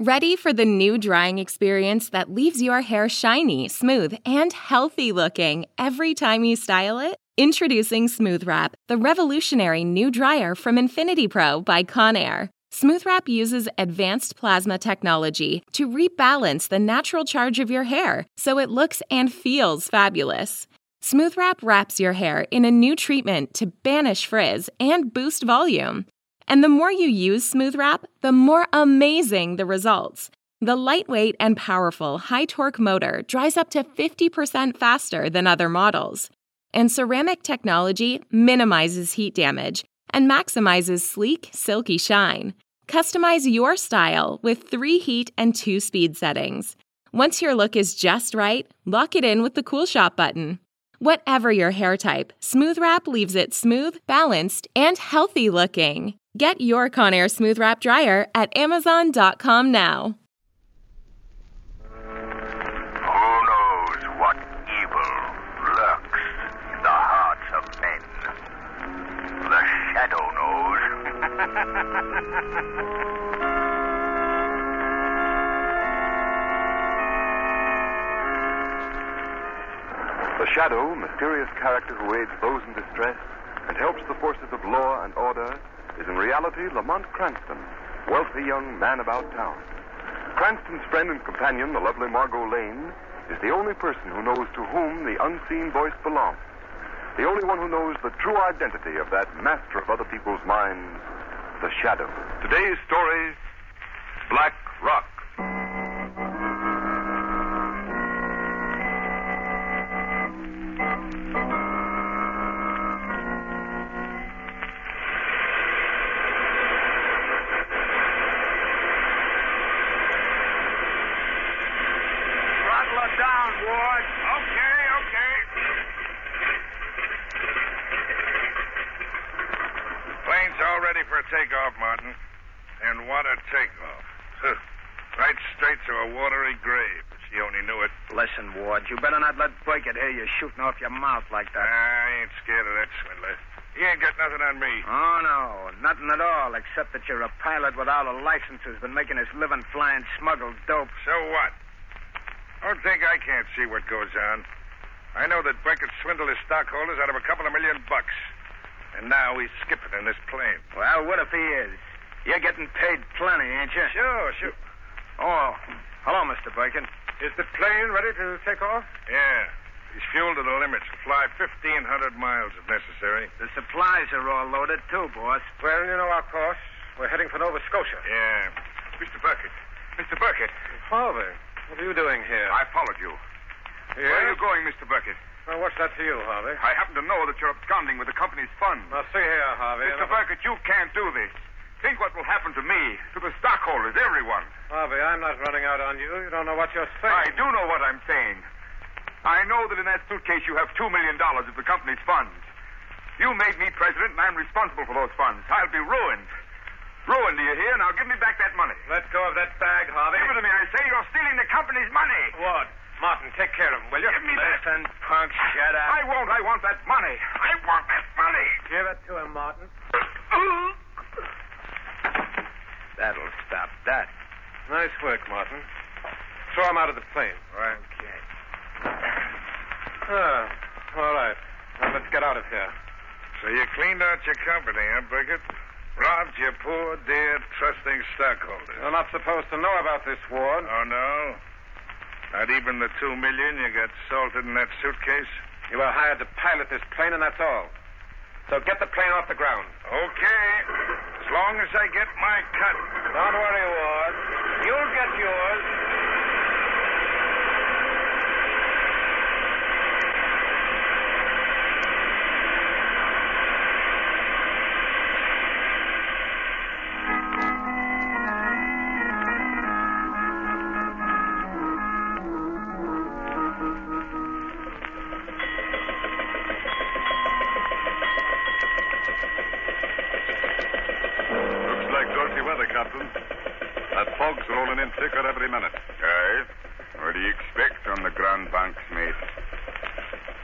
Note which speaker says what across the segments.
Speaker 1: Ready for the new drying experience that leaves your hair shiny, smooth, and healthy looking every time you style it? Introducing Smooth Wrap, the revolutionary new dryer from Infinity Pro by Conair. Smooth Wrap uses advanced plasma technology to rebalance the natural charge of your hair so it looks and feels fabulous. Smooth Wrap wraps your hair in a new treatment to banish frizz and boost volume. And the more you use Smooth Wrap, the more amazing the results. The lightweight and powerful high torque motor dries up to 50% faster than other models. And ceramic technology minimizes heat damage and maximizes sleek, silky shine. Customize your style with three heat and two speed settings. Once your look is just right, lock it in with the Cool Shop button. Whatever your hair type, Smooth Wrap leaves it smooth, balanced, and healthy looking. Get your Conair Smooth Wrap dryer at Amazon.com now.
Speaker 2: Who knows what evil lurks in the hearts of men? The shadow knows.
Speaker 3: The Shadow, mysterious character who aids those in distress and helps the forces of law and order, is in reality Lamont Cranston, wealthy young man about town. Cranston's friend and companion, the lovely Margot Lane, is the only person who knows to whom the unseen voice belongs. The only one who knows the true identity of that master of other people's minds, the Shadow. Today's story Black Rock.
Speaker 2: Throttle her down, Ward. Okay, okay. Plane's all ready for a takeoff, Martin. And what a takeoff. Huh. right straight to a watery grave. If she only knew it.
Speaker 4: Listen, Ward, you better not let Burkett hear you shooting off your mouth like that.
Speaker 2: I ain't scared of that swindler. He ain't got nothing on me.
Speaker 4: Oh, no, nothing at all, except that you're a pilot without a license who's been making his living flying smuggled dope.
Speaker 2: So what? Don't think I can't see what goes on. I know that Burkett swindled his stockholders out of a couple of million bucks. And now he's skipping in this plane.
Speaker 4: Well, what if he is? You're getting paid plenty, ain't you?
Speaker 2: Sure, sure.
Speaker 4: Oh, hello, Mr. Burkett.
Speaker 2: Is the plane ready to take off? Yeah. He's fueled to the limits. Fly 1,500 miles if necessary.
Speaker 4: The supplies are all loaded, too, boss.
Speaker 2: Well, you know our course. We're heading for Nova Scotia. Yeah. Mr. Burkett. Mr. Burkett.
Speaker 5: Father, what are you doing here?
Speaker 2: I followed you. Where are you going, Mr. Burkett?
Speaker 5: Well, what's that to you, Harvey?
Speaker 2: I happen to know that you're absconding with the company's funds.
Speaker 5: Now, see here, Harvey.
Speaker 2: Mr. Burkett, you can't do this. Think what will happen to me, to the stockholders, everyone.
Speaker 5: Harvey, I'm not running out on you. You don't know what you're saying.
Speaker 2: I do know what I'm saying. I know that in that suitcase you have $2 million of the company's funds. You made me president, and I'm responsible for those funds. I'll be ruined. Ruined, do you hear? Now give me back that money.
Speaker 5: Let go of that bag, Harvey.
Speaker 2: Give it to me, I say. You're stealing the company's money.
Speaker 5: Ward, Martin, take care of him, will you?
Speaker 2: Give me that.
Speaker 5: Listen, punk, shut up.
Speaker 2: I won't. I want that money. I want that money.
Speaker 5: Give it to him, Martin.
Speaker 4: That'll stop that.
Speaker 5: Nice work, Martin. Throw him out of the plane.
Speaker 2: Right.
Speaker 4: Okay.
Speaker 5: Ah, all right. Now let's get out of here.
Speaker 2: So you cleaned out your company, huh, Burkett? Robbed your poor, dear, trusting stockholders.
Speaker 5: You're not supposed to know about this, Ward.
Speaker 2: Oh, no? Not even the two million you got salted in that suitcase?
Speaker 5: You were hired to pilot this plane, and that's all. So get the plane off the ground.
Speaker 2: Okay. As long as I get my cut.
Speaker 5: Don't worry, Ward. You'll get yours. That fog's rolling in thicker every minute. Aye. What do you expect on the Grand Banks, mate?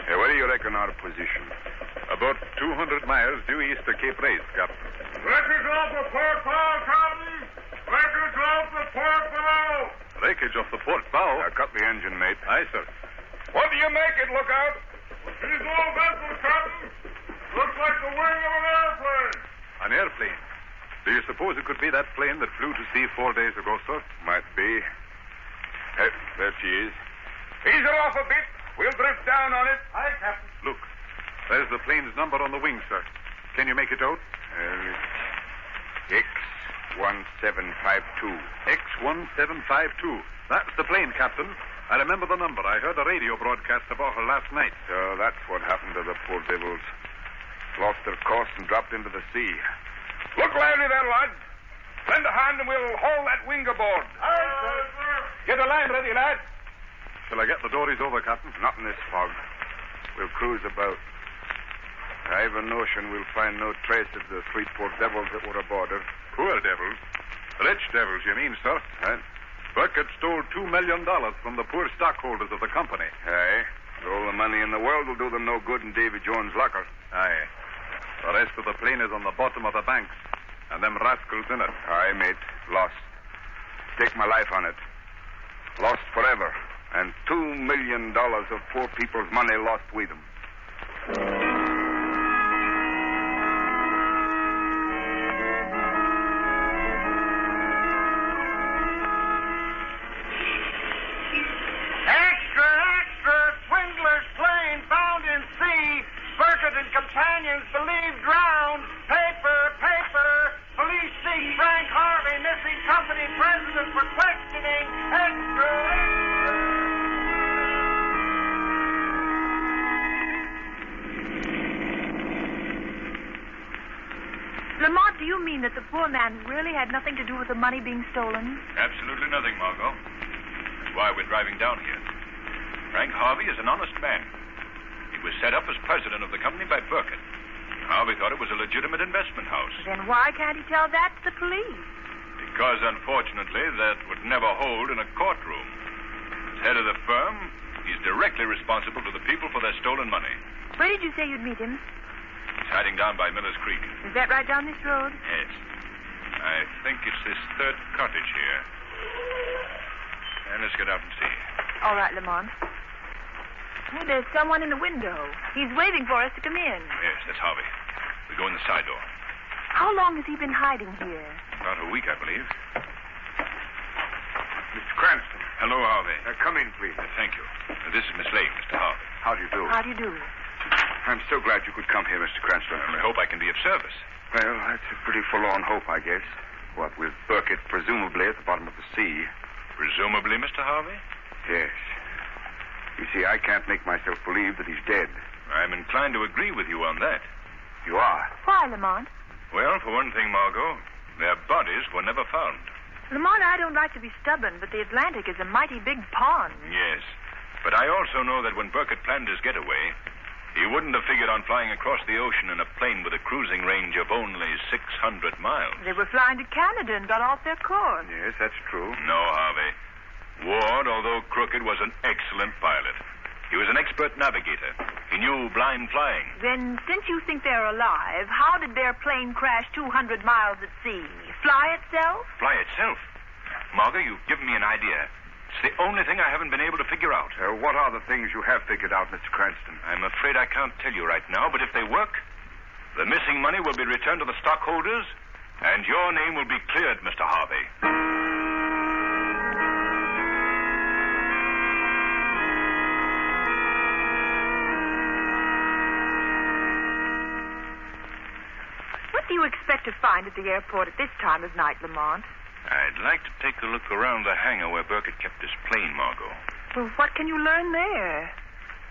Speaker 5: Hey, where do you reckon our position? About 200 miles due east of Cape Race, Captain. Let us off the port bow, Captain! Let us off the port bow! Breakage off the port bow? I cut the engine, mate. Aye, sir. What do you make it, lookout? It is all vessel, Captain. Looks like the wing of an airplane. An airplane? Do you suppose it could be that plane that flew to sea four days ago, sir? Might be. Eh, there she is. Ease her off a bit. We'll drift down on it. Aye, Captain. Look, there's the plane's number on the wing, sir. Can you make it out? Uh, X1752. X1752. That's the plane, Captain. I remember the number. I heard a radio broadcast about her last night. So that's what happened to the poor devils. Lost their course and dropped into the sea. Look lively there, lad. Lend a hand and we'll haul that wing aboard. Aye, sir. Get a line ready, lad. Shall I get the dories over, Captain? Not in this fog. We'll cruise about. I've a notion we'll find no trace of the three poor devils that were aboard her. Poor devils? Rich devils, you mean, sir? Huh? Burkett stole two million dollars from the poor stockholders of the company. Aye. All the money in the world will do them no good in Davy Jones' locker. Aye. The rest of the plane is on the bottom of the banks, and them rascals in it. Aye, mate. Lost. Stake my life on it. Lost forever. And two million dollars of poor people's money lost with them.
Speaker 4: Extra, extra! Swindler's plane bound in sea. Burkett and companions believed drowned. Paper, paper! Police seek Frank Harvey, missing company president for questioning. Extra, extra!
Speaker 6: Lamont, do you mean that the poor man really had nothing to do with the money being stolen?
Speaker 5: Absolutely nothing, Margot. That's why we're driving down here. Frank Harvey is an honest man. He was set up as president of the company by Burkett. Harvey thought it was a legitimate investment house.
Speaker 6: Then why can't he tell that to the police?
Speaker 5: Because, unfortunately, that would never hold in a courtroom. As head of the firm, he's directly responsible to the people for their stolen money.
Speaker 6: Where did you say you'd meet him?
Speaker 5: He's hiding down by Miller's Creek.
Speaker 6: Is that right down this road?
Speaker 5: Yes. I think it's this third cottage here. And let's get out and see.
Speaker 6: All right, Lamont. Oh, there's someone in the window. He's waiting for us to come in.
Speaker 5: Yes, that's Harvey. We go in the side door.
Speaker 6: How long has he been hiding here?
Speaker 5: About a week, I believe. Mr. Cranston. Hello, Harvey. come in, please. thank you. Uh, this is Miss Lane, Mr. Harvey. How do you do?
Speaker 6: How do you do?
Speaker 5: I'm so glad you could come here, Mr. Cranston. I hope I can be of service. Well, that's a pretty forlorn hope, I guess. What with Burkett presumably at the bottom of the sea. Presumably, Mr. Harvey? Yes. You see, I can't make myself believe that he's dead. I'm inclined to agree with you on that. You are?
Speaker 6: Why, Lamont?
Speaker 5: Well, for one thing, Margot, their bodies were never found.
Speaker 6: Lamont, I don't like to be stubborn, but the Atlantic is a mighty big pond.
Speaker 5: Yes. But I also know that when Burkett planned his getaway, he wouldn't have figured on flying across the ocean in a plane with a cruising range of only 600 miles.
Speaker 6: They were flying to Canada and got off their course.
Speaker 5: Yes, that's true. No, Harvey. Ward, although crooked, was an excellent pilot. He was an expert navigator. He knew blind flying.
Speaker 6: Then, since you think they're alive, how did their plane crash 200 miles at sea? Fly itself?
Speaker 5: Fly itself. Margot, you've given me an idea. It's the only thing I haven't been able to figure out. Uh, what are the things you have figured out, Mr. Cranston? I'm afraid I can't tell you right now, but if they work, the missing money will be returned to the stockholders, and your name will be cleared, Mr. Harvey.
Speaker 6: What do you expect to find at the airport at this time of night, Lamont?
Speaker 5: I'd like to take a look around the hangar where Burkett kept his plane, Margot.
Speaker 6: Well, what can you learn there?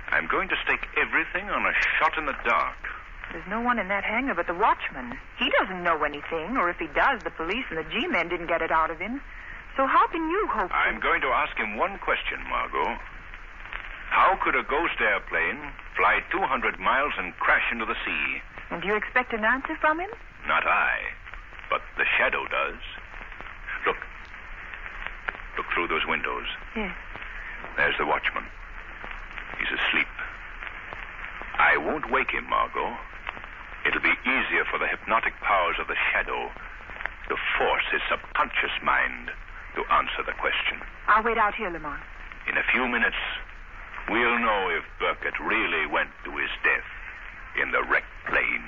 Speaker 5: I'm going to stake everything on a shot in the dark.
Speaker 6: There's no one in that hangar but the watchman. He doesn't know anything, or if he does, the police and the G-men didn't get it out of him. So how can you hope?
Speaker 5: I'm going to ask him one question, Margot. How could a ghost airplane fly 200 miles and crash into the sea?
Speaker 6: And do you expect an answer from him?
Speaker 5: Not I, but the shadow does. Look, through those windows.
Speaker 7: Yes.
Speaker 5: There's the watchman. He's asleep. I won't wake him, Margot. It'll be easier for the hypnotic powers of the shadow to force his subconscious mind to answer the question.
Speaker 7: I'll wait out here, Lamont.
Speaker 5: In a few minutes, we'll know if Burkett really went to his death in the wrecked plane.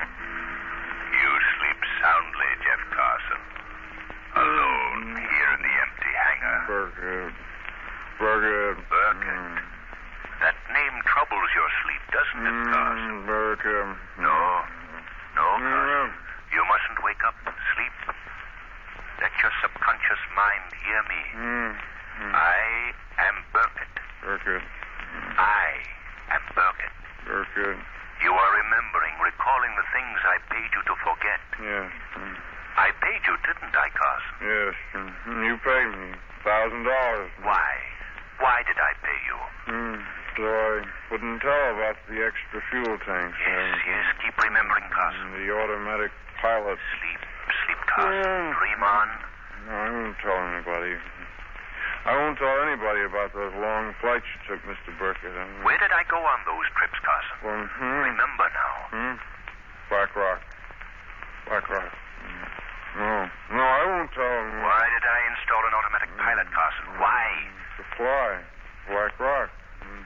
Speaker 8: You sleep soundly, Jeff Carson. Alone here in the empty hangar. Burger. Burger. Burger. That name troubles your sleep, doesn't it, Carson? Burger. No. No, Carson. You mustn't wake up. Sleep. Let your subconscious mind hear me. I am Burkett. Burkett. I am Burkett. Burkett. You are remembering, recalling the things I paid you to forget.
Speaker 2: Yes.
Speaker 8: I paid you, didn't I, Carson?
Speaker 2: Yes. mm, You paid me thousand dollars.
Speaker 8: Why? Why did I pay you?
Speaker 2: Hmm. So I wouldn't tell about the extra fuel tanks. Yes,
Speaker 8: yes. Keep remembering, Carson.
Speaker 2: The automatic pilot.
Speaker 8: Sleep, sleep, Carson. Dream on.
Speaker 2: No, I won't tell anybody. I won't tell anybody about those long flights you took, Mr. Burkett. I'm-
Speaker 8: Where did I go on those trips, Carson?
Speaker 2: Mm. Mm-hmm.
Speaker 8: Remember now.
Speaker 2: Hmm? Black Rock. Black Rock. Mm. No, no, I won't tell them.
Speaker 8: Why did I install an automatic pilot, Carson? Why?
Speaker 2: Supply. Black Rock. Mm.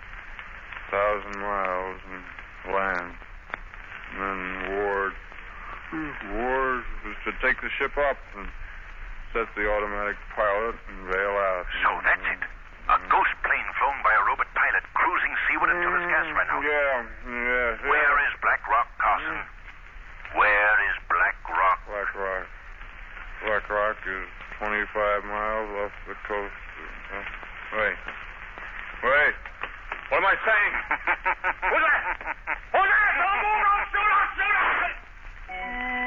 Speaker 2: Thousand miles and land. And then Ward. Ward was to take the ship up and set the automatic pilot and bail out.
Speaker 8: So that's it. A ghost plane flown by a robot pilot cruising seaward until his gas ran out.
Speaker 2: Mm. Yeah, yeah.
Speaker 8: Where is Black Rock, Carson? Where is Black Rock?
Speaker 2: Black Rock. Black Rock is 25 miles off the coast. Huh? Wait. Wait. What am I saying?
Speaker 9: Who's that? Who's that? Don't move! Don't shoot! I'll shoot! I'll shoot!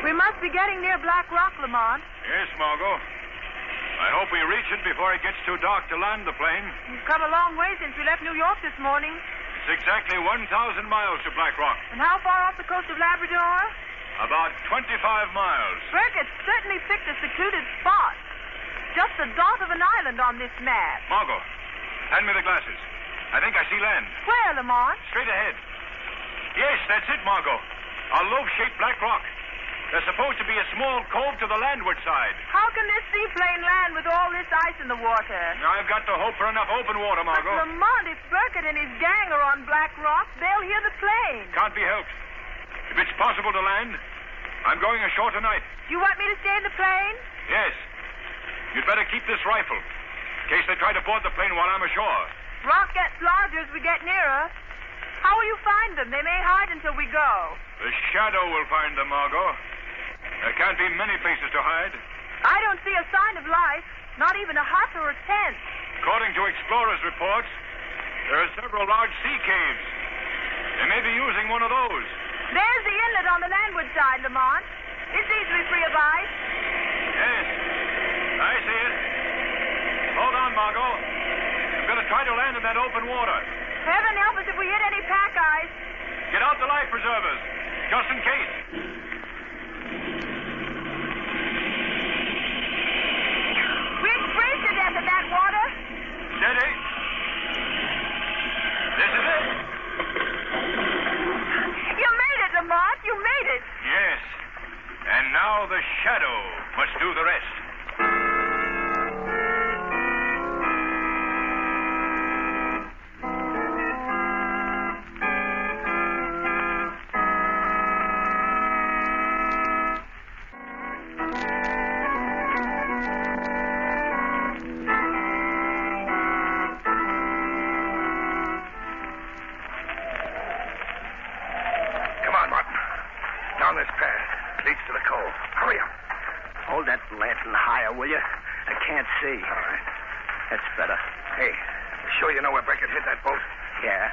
Speaker 7: We must be getting near Black Rock, Lamont.
Speaker 5: Yes, Margot. I hope we reach it before it gets too dark to land the plane.
Speaker 7: You've come a long way since you left New York this morning.
Speaker 5: It's exactly 1,000 miles to Black Rock,
Speaker 7: And how far off the coast of Labrador?
Speaker 5: about 25 miles.
Speaker 7: Burkett certainly picked a secluded spot. Just the dot of an island on this map.
Speaker 5: Margot, hand me the glasses. I think I see land.
Speaker 7: Where, Lamont?
Speaker 5: Straight ahead. Yes, that's it, Margot. A lobe-shaped black rock. There's supposed to be a small cove to the landward side.
Speaker 7: How can this seaplane land with all this ice in the water?
Speaker 5: I've got to hope for enough open water,
Speaker 7: But
Speaker 5: Margot.
Speaker 7: Lamont, if Burkett and his gang are on Black Rock, they'll hear the plane.
Speaker 5: Can't be helped. If it's possible to land, I'm going ashore tonight.
Speaker 7: Do you want me to stay in the plane?
Speaker 5: Yes. You'd better keep this rifle in case they try to board the plane while I'm ashore.
Speaker 7: Rock gets larger as we get nearer. How will you find them? They may hide until we go.
Speaker 5: The shadow will find them, Margot. There can't be many places to hide.
Speaker 7: I don't see a sign of life, not even a hut or a tent.
Speaker 5: According to explorers' reports, there are several large sea caves. They may be using one of those.
Speaker 7: There's the inlet on the landward side, Lamont. It's easily free of ice.
Speaker 5: Yes, I see it. Hold on, Margot. I'm going to try to land in that open water.
Speaker 7: Heaven help us if we hit any pack ice.
Speaker 5: Get out the life preservers, just in case.
Speaker 7: We'd freeze to death in that water.
Speaker 5: Steady. This is it.
Speaker 7: You made it, Lamont. You made it.
Speaker 5: Yes. And now the shadow must do the rest.
Speaker 10: there, will you? I can't see. All right. That's better.
Speaker 8: Hey, sure you know where Beckett hit that boat?
Speaker 10: Yeah.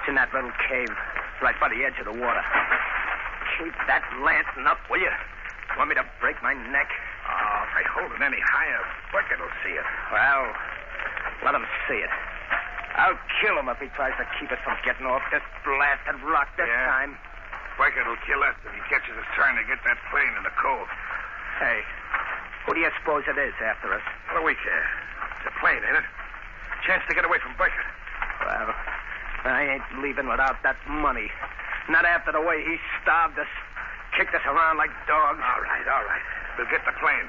Speaker 10: It's in that little cave, right by the edge of the water. Keep that lantern up, will you? Want me to break my neck?
Speaker 8: Oh, if I hold it any higher, Beckett will see it.
Speaker 10: Well, let him see it. I'll kill him if he tries to keep it from getting off this blasted rock this
Speaker 8: Yeah?
Speaker 10: time.
Speaker 8: Beckett will kill us if he catches us trying to get that plane in the cove.
Speaker 10: Hey, who do you suppose it is after us?
Speaker 8: What do we care? It's a plane, ain't it? Chance to get away from Beckett.
Speaker 10: Well, I ain't leaving without that money. Not after the way he starved us, kicked us around like dogs.
Speaker 8: All right, all right. We'll get the plane.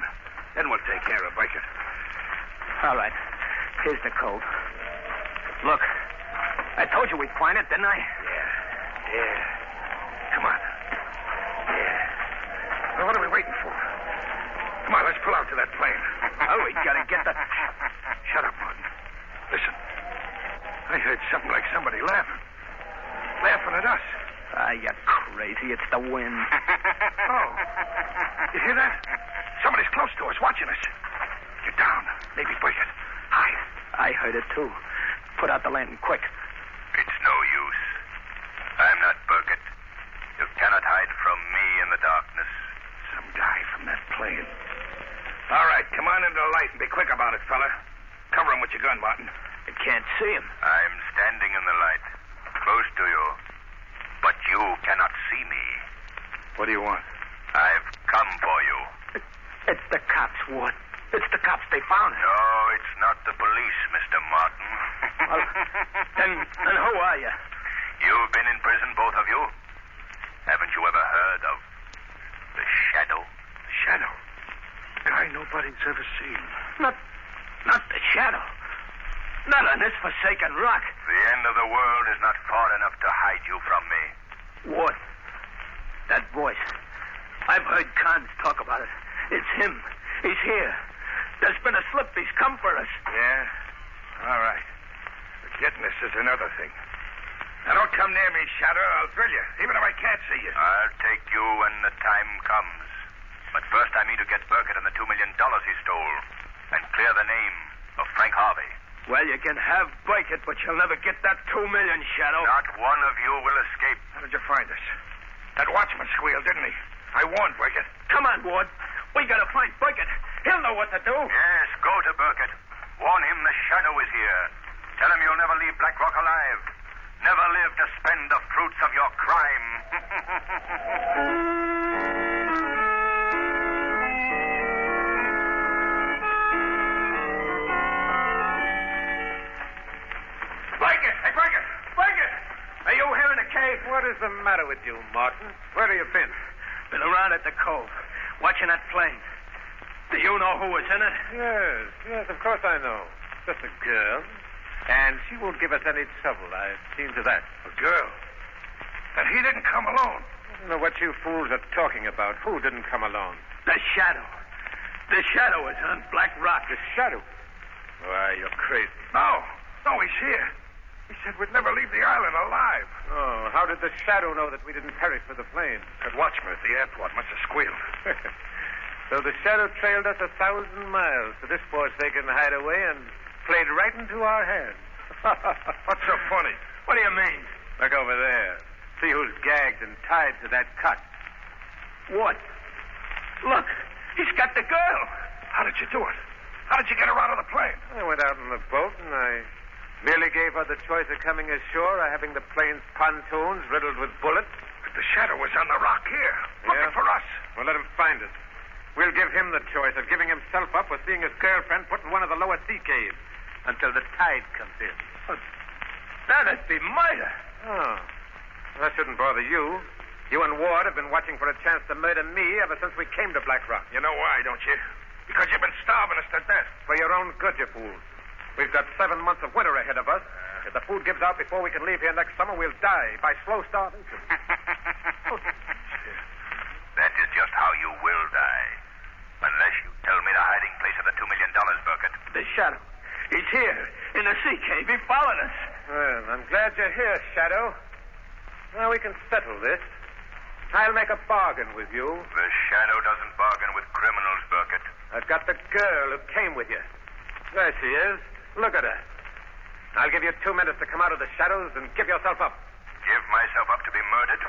Speaker 8: Then we'll take care of Beckett.
Speaker 10: All right. Here's the cove. Look, I told you we'd find it, didn't I?
Speaker 8: Yeah. Come on. Yeah. Now, what are we waiting for? Come on, let's pull out to that plane.
Speaker 10: Oh, we gotta get the.
Speaker 8: Shut up, Martin. Listen. I heard something like somebody laughing. Laughing at us.
Speaker 10: Ah, you crazy. It's the wind.
Speaker 8: Oh. You hear that? Somebody's close to us, watching us. Get down. Maybe Beckett. Hide.
Speaker 10: I heard it, too. Put out the lantern quick.
Speaker 8: It's no use. I'm not Burkett. You cannot hide from me in the darkness. Some guy from that plane. All right, come on into the light and be quick about it, fella. Cover him with your gun, Martin.
Speaker 10: I can't see him.
Speaker 8: I'm standing in the light, close to you. But you cannot see me. What do you want? I've come for you.
Speaker 10: It's the cops, Ward. It's the cops. They found us.
Speaker 8: No, it's not the police, Mr. Martin.
Speaker 10: Well, then, then who are you?
Speaker 8: You've been in prison, both of you. Haven't you ever heard of the Shadow? Shadow? Guy nobody's ever seen.
Speaker 10: Not, not the shadow. Not on this forsaken rock.
Speaker 8: The end of the world is not far enough to hide you from me.
Speaker 10: Ward, that voice. I've heard Cons talk about it. It's him. He's here. There's been a slip. He's come for us.
Speaker 8: Yeah? All right. But getting us is another thing. Now, don't come near me, Shadow. I'll drill you, even if I can't see you. I'll take you when the time comes. But first, I mean to get Burkett and the $2 million he stole and clear the name of Frank Harvey.
Speaker 10: Well, you can have Beckett, but you'll never get that two million, Shadow.
Speaker 8: Not one of you will escape. How did you find us? That watchman squealed, didn't he? I warned Burkett.
Speaker 10: Come on, Ward. We gotta find Beckett. He'll know what to do.
Speaker 8: Yes, go to Burkett. Warn him the shadow is here. Tell him you'll never leave Black Rock alive. Never live to spend the fruits of your crime. Beckett! Hey, Beckett! Beckett! Are you here in the cave?
Speaker 11: What is the matter with you, Martin? Where have you been?
Speaker 10: Been around at the cove, watching that plane. Do you know who was in it?
Speaker 11: Yes, yes, of course I know. Just a girl. And she won't give us any trouble. I've seen to that. A girl?
Speaker 8: And he didn't come alone.
Speaker 11: I don't know what you fools are talking about. Who didn't come alone?
Speaker 10: The shadow. The shadow is on Black Rock. The
Speaker 11: shadow? Why, you're crazy.
Speaker 8: No. No, he's here. He said we'd never leave the island alive.
Speaker 11: Oh, how did the shadow know that we didn't perish with the plane?
Speaker 8: That watchman at the airport must have squealed.
Speaker 11: so the shadow trailed us a thousand miles to this forsaken hideaway and played right into our hands.
Speaker 8: What's so funny?
Speaker 10: What do you mean?
Speaker 11: Look over there. See who's gagged and tied to that cot.
Speaker 10: What? Look, he's got the girl.
Speaker 8: How did you do it? How did you get her out of the plane?
Speaker 11: I went out in the boat and I merely gave her the choice of coming ashore or having the plane's pontoons riddled with bullets.
Speaker 8: But the shadow was on the rock here, looking
Speaker 11: Yeah.
Speaker 8: for us.
Speaker 11: Well, let him find us. We'll give him the choice of giving himself up or seeing his girlfriend put in one of the lower sea caves until the tide comes in.
Speaker 10: That'd be murder.
Speaker 11: Oh. That shouldn't bother you. You and Ward have been watching for a chance to murder me ever since we came to Black Rock.
Speaker 8: You know why, don't you? Because you've been starving us to death.
Speaker 11: For your own good, you fools. We've got seven months of winter ahead of us.
Speaker 8: Uh.
Speaker 11: If the food gives out before we can leave here next summer, we'll die by slow starvation.
Speaker 8: That is just how you will die. Unless you tell me the hiding place of the $2 million, Burkett.
Speaker 10: The shadow. He's here in the sea cave. He followed us.
Speaker 11: Well, I'm glad you're here, Shadow. Now we can settle this. I'll make a bargain with you.
Speaker 8: The Shadow doesn't bargain with criminals, Burkett.
Speaker 11: I've got the girl who came with you. There she is. Look at her. I'll give you two minutes to come out of the shadows and give yourself up.
Speaker 8: Give myself up to be murdered?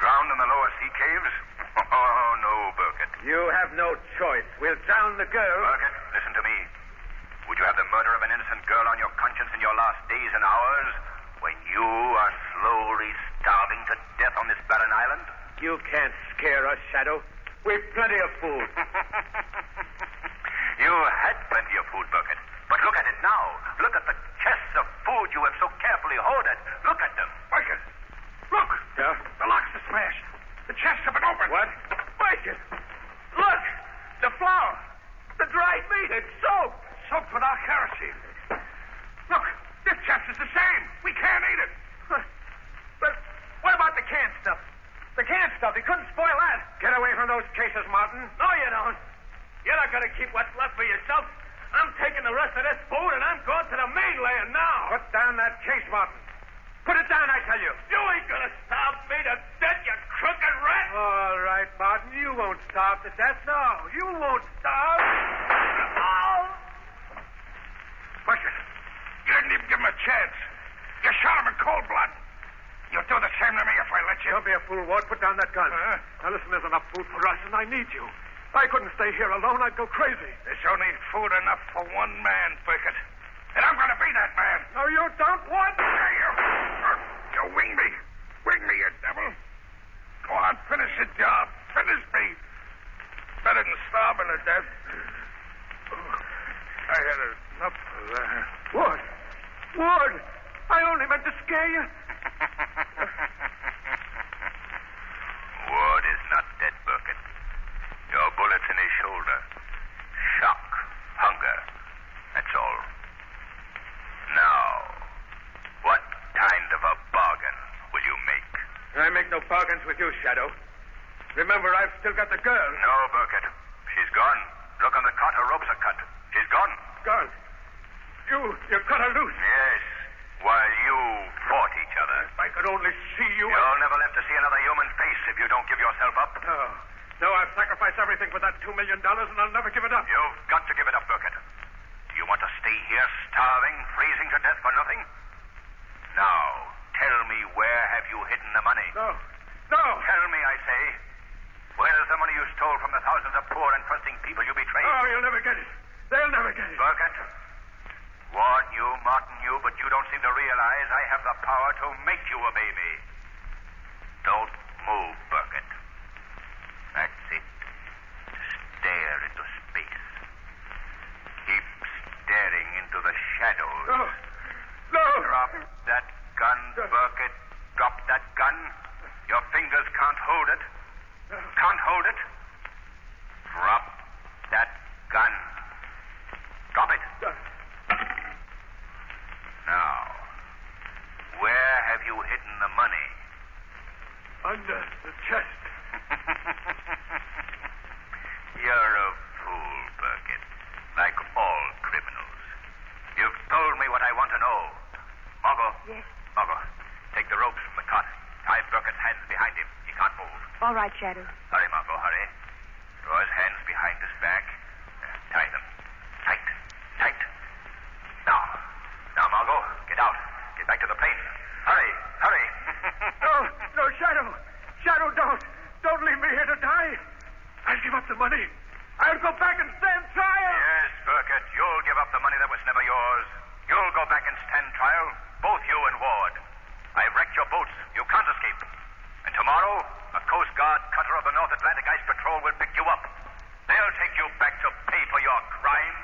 Speaker 8: Drowned in the lower sea caves? Oh, no, Burkett.
Speaker 11: You have no choice. We'll drown the girl.
Speaker 8: Burkett, listen to me. Would you have the murder of an innocent girl on your conscience in your last days and hours when you are slowly starving to death on this barren island?
Speaker 11: You can't scare us, Shadow. We've plenty of food.
Speaker 8: You had plenty of food, Burkett. But look at it now. Look at the chests of food you have so carefully hoarded. Look at them.
Speaker 12: Burkett! Look! The locks are smashed. The chests have been opened. What? Burkett! Look! The flour! The dried meat! It's soaked! Soaked with our kerosene. Look! This chest is the same. We can't eat it.
Speaker 10: But what about the canned stuff? The canned stuff, he couldn't spoil that.
Speaker 11: Get away from those cases, Martin.
Speaker 12: No, you don't. You're not going to keep what's left for yourself. I'm taking the rest of this food and I'm going to the mainland now.
Speaker 11: Put down that case, Martin. Put it down, I tell you.
Speaker 12: You ain't going to stop me to death, you crooked rat.
Speaker 11: All right, Martin. You won't starve to death. No, you won't starve.
Speaker 12: Oh! Bucket, you didn't even give him a chance. You shot him in cold blood. You'll do the same to me if I let you.
Speaker 11: Don't be a fool, Ward. Put down that gun. now listen, there's enough food for us, and I need you. I couldn't stay here alone. I'd go crazy.
Speaker 12: There's only food enough for one man, Burkett. And I'm going to be that man.
Speaker 11: No, you don't, Ward.
Speaker 12: There you. You wing me. Wing me, you devil. Go on, finish the job. Finish me. Better than starving to death. I had enough of that.
Speaker 11: Ward. Ward. I only meant to scare you.
Speaker 8: Ward is not dead, Burkett. Your bullet's in his shoulder. Shock, hunger. That's all. Now, what kind of a bargain will you make?
Speaker 11: I make no bargains with you, Shadow. Remember, I've still got the girl.
Speaker 8: No, Burkett. She's gone. Look on the cot. Her ropes are cut. She's gone.
Speaker 11: Gone. You, you cut her loose.
Speaker 8: Yes. While you fought each other.
Speaker 11: If I could only see you.
Speaker 8: You'll never live to see another human face if you don't give yourself up.
Speaker 11: No. No, I've sacrificed everything for that $2 million, and I'll never give it up.
Speaker 8: You've got to give it up, Burkett. Do you want to stay here starving, freezing to death for nothing? Now, tell me where have you hidden the money?
Speaker 11: No. No.
Speaker 8: Tell me, I say. Where is the money you stole from the thousands of poor and trusting people you betrayed?
Speaker 11: Oh, you'll never get it. They'll never get it.
Speaker 8: Burkett, warn you, Martin you, but you don't seem to realize I have the power to make you obey me. Don't move, Burkett. That's it. Stare into space. Keep staring into the shadows.
Speaker 11: No. No.
Speaker 8: Drop that gun, Burkett. Drop that gun. Your fingers can't hold it. Can't hold it. Drop that gun. Drop it. Now, where have you hidden the money?
Speaker 11: Under the chest.
Speaker 8: You're a fool, Burkett. Like all criminals. You've told me what I want to know. Margot.
Speaker 6: Yes.
Speaker 8: Margot, take the ropes from the cot. Tie Burkett's hands behind him. He can't move.
Speaker 6: All right, Shadow.
Speaker 8: Hurry, Margot, hurry. Draw his hands behind his back. Uh, tie them. Tight. Tight. Now. Now, Margot, get out. Get back to the plane. Hurry. Hurry.
Speaker 11: No, no, Shadow. Shadow, don't. Don't leave me here to die. I'll give up the money. I'll go back and stand trial.
Speaker 8: Yes, Burkett, you'll give up the money that was never yours. You'll go back and stand trial, both you and Ward. I've wrecked your boats. You can't escape. And tomorrow, a Coast Guard cutter of the North Atlantic Ice Patrol will pick you up. They'll take you back to pay for your crimes.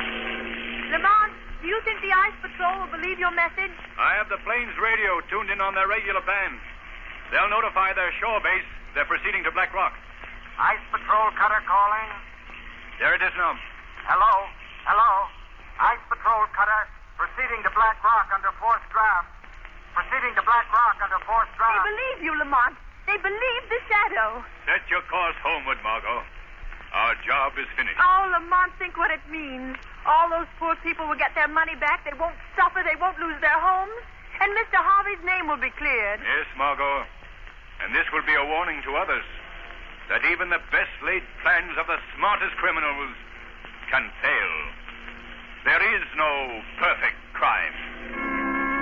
Speaker 13: Lamont, do you think the ice patrol will believe your message?
Speaker 14: I have the plane's radio tuned in on their regular band. They'll notify their shore base they're proceeding to Black Rock.
Speaker 15: Ice Patrol cutter calling.
Speaker 14: There it is now.
Speaker 15: Hello? Hello? Ice Patrol cutter proceeding to Black
Speaker 8: Black Rock under forced draft. Proceeding to Black Rock under forced
Speaker 2: They
Speaker 8: draft.
Speaker 2: believe you, Lamont. They believe the shadow.
Speaker 5: Set your course homeward, Margot. Our job is finished.
Speaker 2: Oh, Lamont, think what it means. All those poor people will get their money back. They won't suffer. They won't lose their homes. And Mr. Harvey's name will be cleared.
Speaker 5: Yes, Margot. And this will be a warning to others that even the best laid plans of the smartest criminals can fail. There is no perfect crime.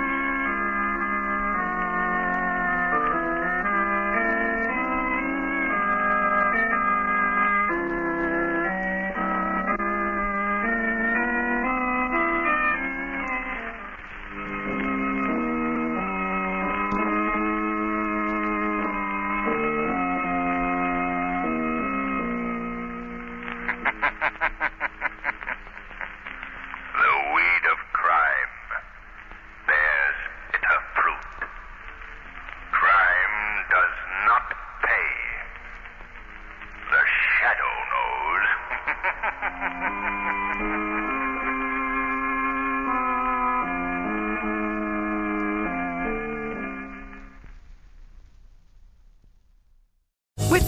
Speaker 16: The weed of crime bears bitter fruit. Crime does not pay. The shadow knows.
Speaker 17: With